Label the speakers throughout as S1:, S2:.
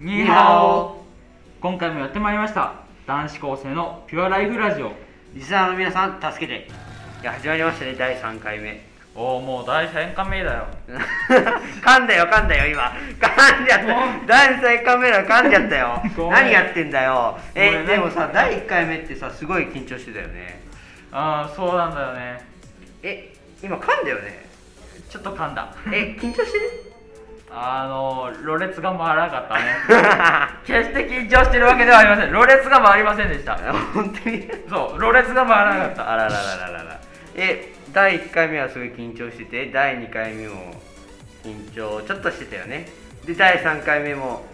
S1: ニーハオ今回もやってまいりました男子高生のピュアライフラジオ
S2: リスナーの皆さん助けていや始まりましたね第3回目
S1: おおもう第3回目だよ
S2: 噛んだよ噛んだよ今噛んじゃった第3回目だよ噛んじゃった
S1: ごめ
S2: よ
S1: ん
S2: 何やってんだよ
S1: ご
S2: え
S1: めん
S2: でもさ第1回目ってさすごい緊張してたよね
S1: ああそうなんだよね
S2: え今噛んだよね
S1: ちょっと噛んだ
S2: え緊張してる
S1: あのろれつが回らなかったね決して緊張してるわけではありませんろれつが回りませんでした
S2: 本当に
S1: そうろれつが回らなかった
S2: あららららららえ第1回目はすごい緊張してて第2回目も緊張ちょっとしてたよねで第3回目も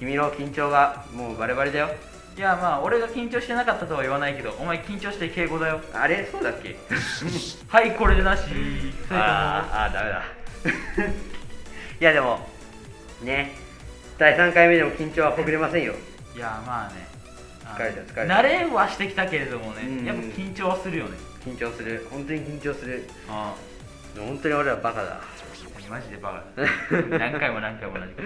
S2: 君の緊張がもうバレバレだよ
S1: いやまあ俺が緊張してなかったとは言わないけどお前緊張して敬語だよ
S2: あれそうだっけ
S1: はいこれでなし
S2: あーあーダメだ いやでもね第3回目でも緊張はほぐれませんよ
S1: いやまあねあの
S2: 疲れた疲れた
S1: 慣れはしてきたけれどもね、
S2: うん
S1: やっぱ緊張はするよね
S2: 緊張する本当に緊張する
S1: あ
S2: 本当に俺はバカだ
S1: あマジでバカだ何回も何回も同じこと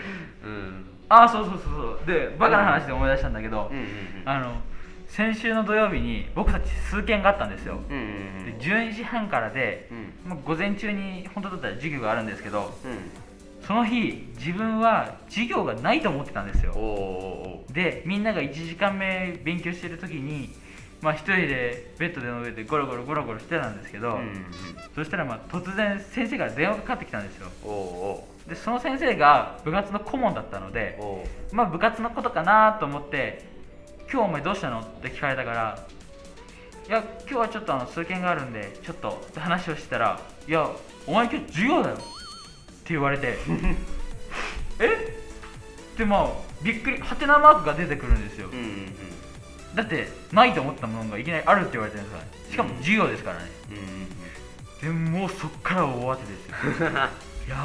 S2: うん
S1: ああそうそうそうそうでバカな話で思い出したんだけど、
S2: うんうん
S1: あの先週の土曜日に僕たち数件があったんですよ、
S2: うんうん
S1: で12時半からで、
S2: う
S1: まあ、午前中に本当だったら授業があるんですけど
S2: うん
S1: その日自分は授業がないと思ってたんですよ
S2: うんおーお
S1: でみんなが1時間目勉強してる時にまあ一人でベッドの上でゴロゴロゴロゴロしてたんですけど、
S2: ーおーうんうん
S1: そしたらまあ突然先生から電話がかかってきたんですよ
S2: おーお
S1: でその先生が部活の顧問だったので
S2: ーおー
S1: まあ部活のことかなと思って「今日お前どうしたの?」って聞かれたから「いや今日はちょっとあの数件があるんでちょっと」って話をしたら「いやお前今日授業だよ」って言われて「えってまあびっくりハテナマークが出てくるんですよ
S2: うんうんうん
S1: だってないと思ったものがいきなりあるって言われてるんですからねしかも授業ですからね
S2: うん
S1: でもうそっから大慌てですよ
S2: うんうん
S1: や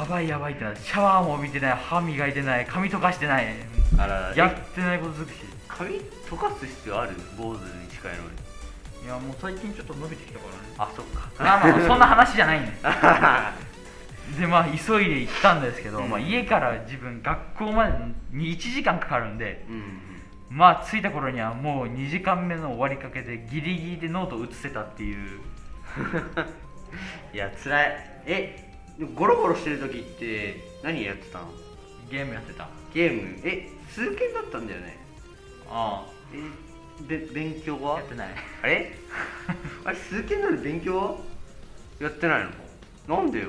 S1: ばいやばいってなってシャワーも浴びてない歯磨いてない髪とかしてない
S2: あらら
S1: やってないこと尽くし
S2: 髪溶かす必要ある坊主に近いのに
S1: いやもう最近ちょっと伸びてきたからね
S2: あそっか
S1: まあまあそんな話じゃないんで
S2: あはは
S1: でまあ急いで行ったんですけど、
S2: うん
S1: まあ、家から自分学校までに1時間かかるんで
S2: うん
S1: まあ着いた頃にはもう2時間目の終わりかけでギリギリでノートを写せたっていう
S2: いや辛いえゴロゴロしてる時って何やってたの
S1: ゲームやってたあ
S2: ゲームえ数件だったんだよね
S1: あ
S2: えべ勉強
S1: や
S2: は
S1: ってない
S2: あれあれ数件なのに勉強はやってないのなんでよ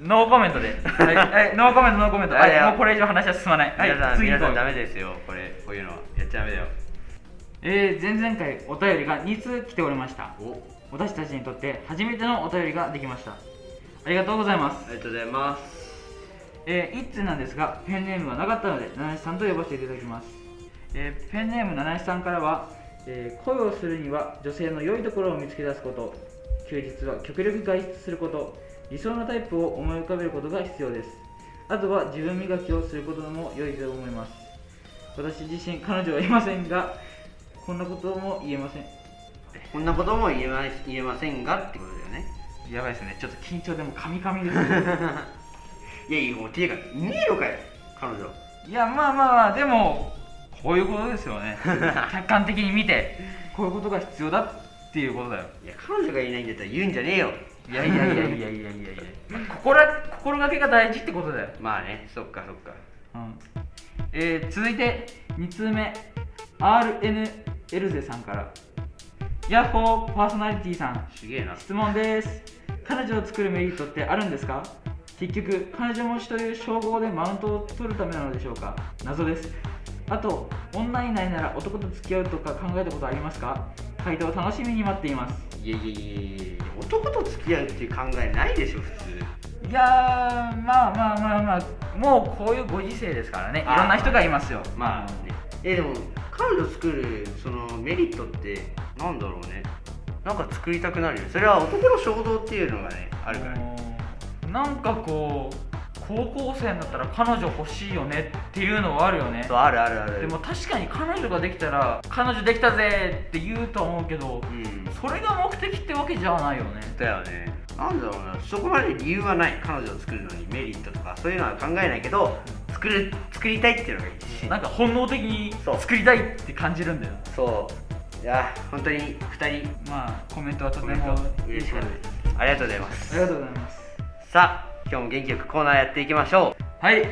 S1: ノーコメントで、はい、 はいノーコメントノーコメント
S2: いやいや
S1: はいもうこれ以上話は進まない
S2: 皆さ
S1: はい
S2: ん
S1: 次
S2: 皆
S1: 行こ
S2: さ
S1: うん
S2: ダメですよこれこういうのはやっちゃダメだよ
S1: えー、前々回お便りが2通来ておりました
S2: お
S1: 私たちにとって初めてのお便りができましたありがとうございます
S2: ありがとうございます
S1: えー、1通なんですがペンネームがなかったので七七さんと呼ばせていただきます、えーペンネーム七七さんからは、えー恋をするには女性の良いところを見つけ出すこと休日は極力外出すること理想のタイプを思い浮かべることが必要ですあとは自分磨きをすることも良いと思います私自身彼女はいませんがこんなことも言えません
S2: こんなことも言えま言えませんがってことだよね
S1: やばいですねちょっと緊張でもカミカミです
S2: いやいやもうていうかいねえのかよ彼女
S1: いやまあまあまあでもこういうことですよ ね客観的に見てこういうことが必要だっていうことだよ
S2: いや彼女がいないんだったら言うんじゃねえよ
S1: いやいやいやいやいやいやいや心心がけが大事ってことだよ、
S2: まあねそっかそっか
S1: うんえー続いて2通目 RN エルゼさんからヤッホーパーソナリティさん
S2: すげえな
S1: 質問です彼女を作るメリットってあるんですか結局彼女持ちという称号でマウントを取るためなのでしょうか謎ですあと女いないなら男と付き合うとか考えたことありますか回答を楽しみに待っています
S2: いやいやいやいや男と付き合うっていう考えないでしょ普通
S1: いやーまあまあまあまあもうこういうご時世ですからねい
S2: あー
S1: ろんな人がいますよ
S2: まあねえでも彼女作るそのメリットってなんだろうねなんか作りたくなるよそれは男の衝動っていうのがねあるからね
S1: うんなんかこう高校生になったら彼女欲しいよねっていうのはあるよね
S2: そうあるあるある
S1: でも確かに彼女ができたら彼女できたぜって言うと思うけど
S2: うん
S1: それが目的ってわけじゃないよね
S2: だよねなんだろうなそこまで理由はない彼女を作るのにメリットとかそういうのは考えないけど作作る作りたいっていうのがいいし
S3: なんか本能的に
S2: そう
S3: 作りたいって感じるんだよ
S2: そういや本当に2人
S1: まあコメントはと
S2: コ
S1: て
S2: メン
S1: も
S2: ト
S1: 嬉
S2: 嬉
S1: し
S2: し
S1: か
S2: かっ
S1: ったたで
S2: で
S1: す
S2: すありがとうございます
S1: ありがとうございます
S2: さあ今日も元気よくコーナーやっていきましょう
S1: はい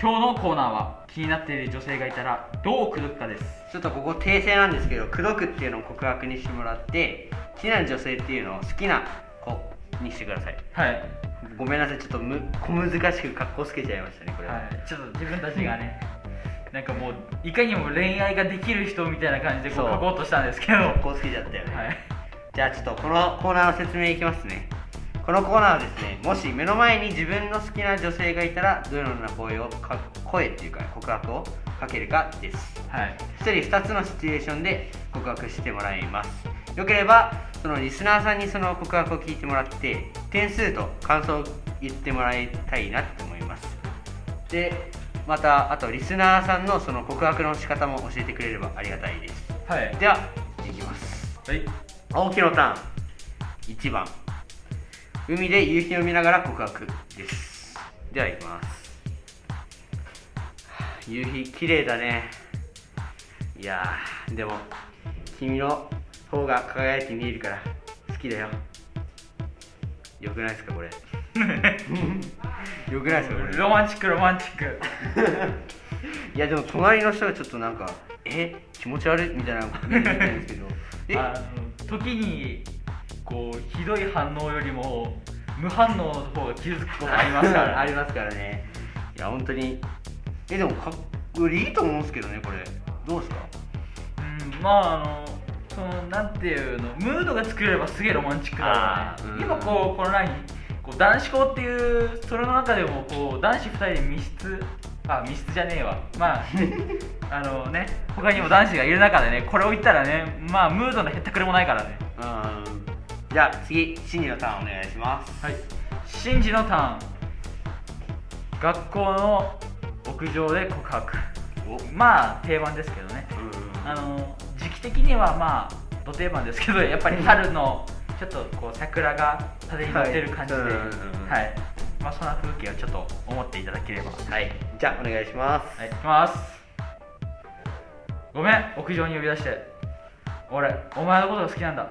S1: 今日のコーナーは気になっている女性がいたらどう口説くかです
S2: ちょっとここ訂正なんですけど口説くっていうのを告白にしてもらって好きな女性っていうのを好きな子にしてください
S1: はい、
S2: ごめんなさいちょっとむ小難しく格好つけちゃいましたねこれは、
S1: ちょっと自分たちがねなんかもういかにも恋愛ができる人みたいな感じでこ
S2: そう
S1: う書こうとしたんです けど
S2: 格好つけちゃったよね、
S1: はい
S2: じゃあちょっとこのコーナーの説明いきますねこのコーナーはですねもし目の前に自分の好きな女性がいたらどのような声をか声っていうか告白をかけるかです
S1: はい
S2: 1人2つのシチュエーションで告白してもらいますよければそのリスナーさんにその告白を聞いてもらって点数と感想を言ってもらいたいなと思いますでまたあとリスナーさんのその告白の仕方も教えてくれればありがたいです
S1: はい
S2: ではいきます
S1: はい
S2: 青木のターン1番海で夕日を見ながら告白ですではいきますはあ夕日綺麗だねいやーでも君の方が輝いて見えるから好きだよよくないですかこれよくないですかこれ
S1: ロマンチックロマンチック
S2: いやでも隣の人がちょっとなんかえ気持ち悪いみたいな目で見てるんですけどえ
S3: あの時にこうひどい反応よりも無反応の方が傷つくこともありますから
S2: あ りますからねいや本当にえでもかっこいいと思うんですけどねこれどうですか
S3: うんまああのそのなんていうのムードが作れればすげえロマンチックだろうね、
S2: あーうん
S3: 今こうこの何こう男子校っていうそれの中でもこう男子2人で密室あ密室じゃねえわ まああのね他にも男子がいる中でねこれを言ったらねまあムードのへったくれもないからね
S2: うんじゃあ次シンジのターンお願いします
S3: はいシンジのターン学校の屋上で告白
S2: おうん
S3: まあ定番ですけどねあの時期的にはまあ土定番ですけどやっぱり春のちょっとこう桜が風に乗ってる感じで、
S2: は
S3: はいい
S2: うんうんうん
S3: まあ、そんな風景をちょっと思っていただければはい
S2: はいじゃあお願いします
S3: いきますごめん屋上に呼び出して俺お前のことが好きなんだ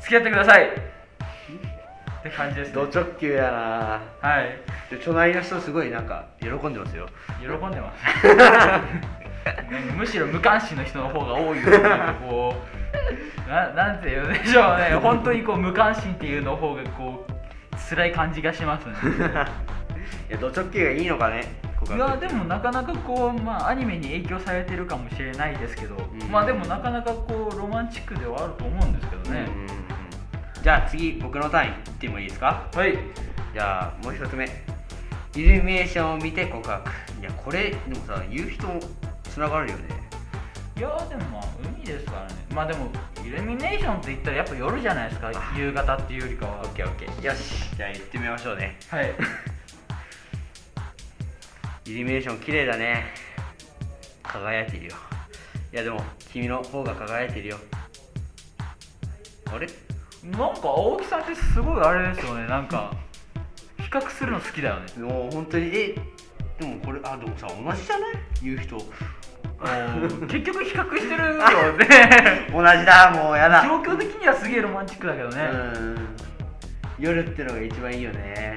S3: 付き合ってくださいって感じです、ね、
S2: ド直球やな
S3: はい
S2: で隣の人すごいなんか喜んでますよ
S3: 喜んでます むしろ無関心の人の方が多いよねなんかこうななんて言うんでしょうね本当にこう無関心っていうの方がこう辛い感じがします ね
S2: いやド直球がいいのかね告
S3: い
S2: 白
S3: やでもなかなかこう、まあ、アニメに影響されてるかもしれないですけど、
S2: ん
S3: まあでもなかなかこうロマンチックではあると思うんですけど
S2: うんうん
S3: ね
S2: う、んじゃあ次僕のターンいってもいいですか
S3: はい
S2: じゃあもう一つ目イルミネーションを見て告白いやこれでもさ夕日とつながるよね
S3: いやでもまあ海ですからねまあでもイルミネーションって言ったらやっぱ夜じゃないですか夕方っていうよりかは
S2: オッケーオッケーよしじゃあ行ってみましょうね
S3: はい
S2: イルミネーション綺麗だね輝いてるよいやでも君の方が輝いてるよあれ
S3: なんか青木さんってすごいあれですよねなんか比較するの好きだよね
S2: もう本当にえでもこれあでもさ同じじゃない夕日と
S3: 結局比較してるよね
S2: 同じだもうやだ
S3: 状況的にはすげえロマンチックだけどね、うん
S2: うん夜ってのが一番いいよね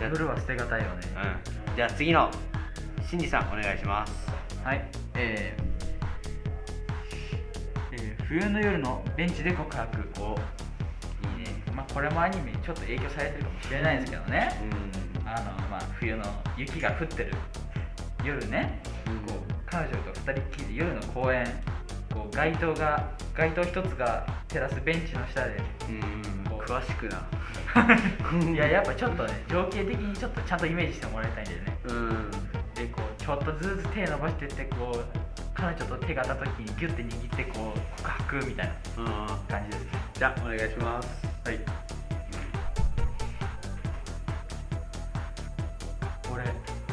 S3: 夜は捨てがたいよね
S2: うんじゃあ次のしんじさんお願いします
S1: はいえーえー冬の夜のベンチで告白を
S2: いいね
S1: まあこれもアニメにちょっと影響されてるかもしれないですけどね
S2: うん
S1: あのまあ冬の雪が降ってる夜ねこう彼女と2人っきりで夜の公園こう街灯が街灯1つが照らすベンチの下で
S2: うん詳しくな
S1: いややっぱちょっとね情景的にちょっとちゃんとイメージしてもらいたいんだよね
S2: うん
S1: でこうちょっとずつ手伸ばしてってこう彼女と手が当たった時にギュッて握ってこう告白みたいな
S2: うん
S1: 感じですね
S2: じゃあお願いしますはい
S1: 俺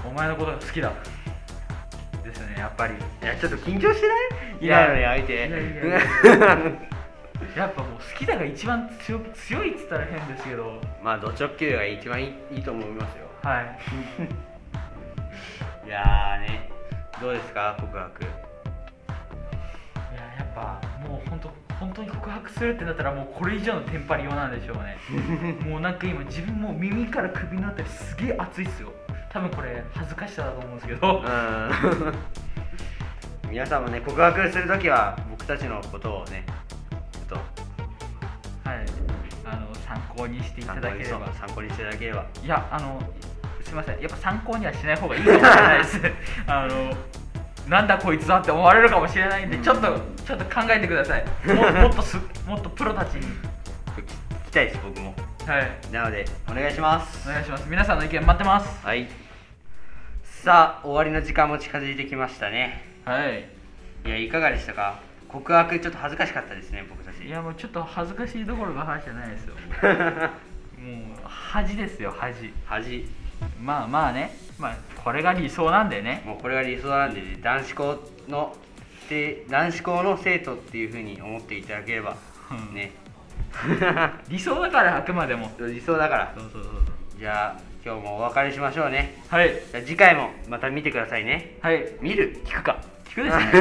S1: お前のことが好きだですよねやっぱり
S2: いやちょっと緊張してない
S1: い
S2: い
S1: や
S2: ないのに相手
S1: いやいやいや やっぱもう好きだが一番強く強いっつったら変ですけど
S2: まあド直球が一番いいいいと思いますよ
S1: はい
S2: いやーねどうですか告白
S1: いややっぱもう本当本当に告白するってなったらもうこれ以上のテンパりようなんでしょうね もうなんか今自分もう耳から首のあたりすげえ熱いっすよ多分これ恥ずかしさだと思うんです けど
S2: うん 皆さんもね告白するときは僕たちのことをねちょっ
S1: はい、あの参考にしてい
S2: と
S1: た
S2: 参考
S1: だけ
S2: に
S1: れば。
S2: 参考にしていただければ
S1: いや、あの、すみません、やっぱ参考にはしない方がいいかもしれない です。あの、なんだこいつだって思われるかもしれないんで、
S2: うん
S1: ちょっと、ちょっと考えてください。 ももっとす、もっとプロたちに。
S2: 聞きたいです僕も
S1: はい、
S2: なのでお願いします
S1: お願いします。皆さんの意見待ってます。
S2: はいさあ終わりの時間も近づいてきましたね
S1: はい。
S2: いやいかがでしたか告白ちょっと恥ずかしかったですね僕たち
S1: いや、もうちょっと恥ずかしいどころが話じゃない ですよ。もう恥ですよ、恥。
S2: 恥
S1: まあまあね、まあ、これが理想なんでね。
S2: もうこれが理想なんで、ね、男子校ので男子校の生徒っていうふうに思っていただければ
S1: うん
S2: ね
S1: 理想だから、あくまでも。
S2: 理想だから
S1: そうそうそう
S2: じゃあ今日もお別れしましょうね
S1: そう。はい。
S2: じゃあ次回もまた見てくださいね
S1: はい。
S2: 見る聞くか
S1: 聞 く ですね。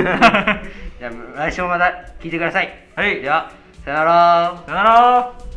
S2: じゃあ来週もまた聞いてください
S1: はい。
S2: ではさよなら
S1: さよなら。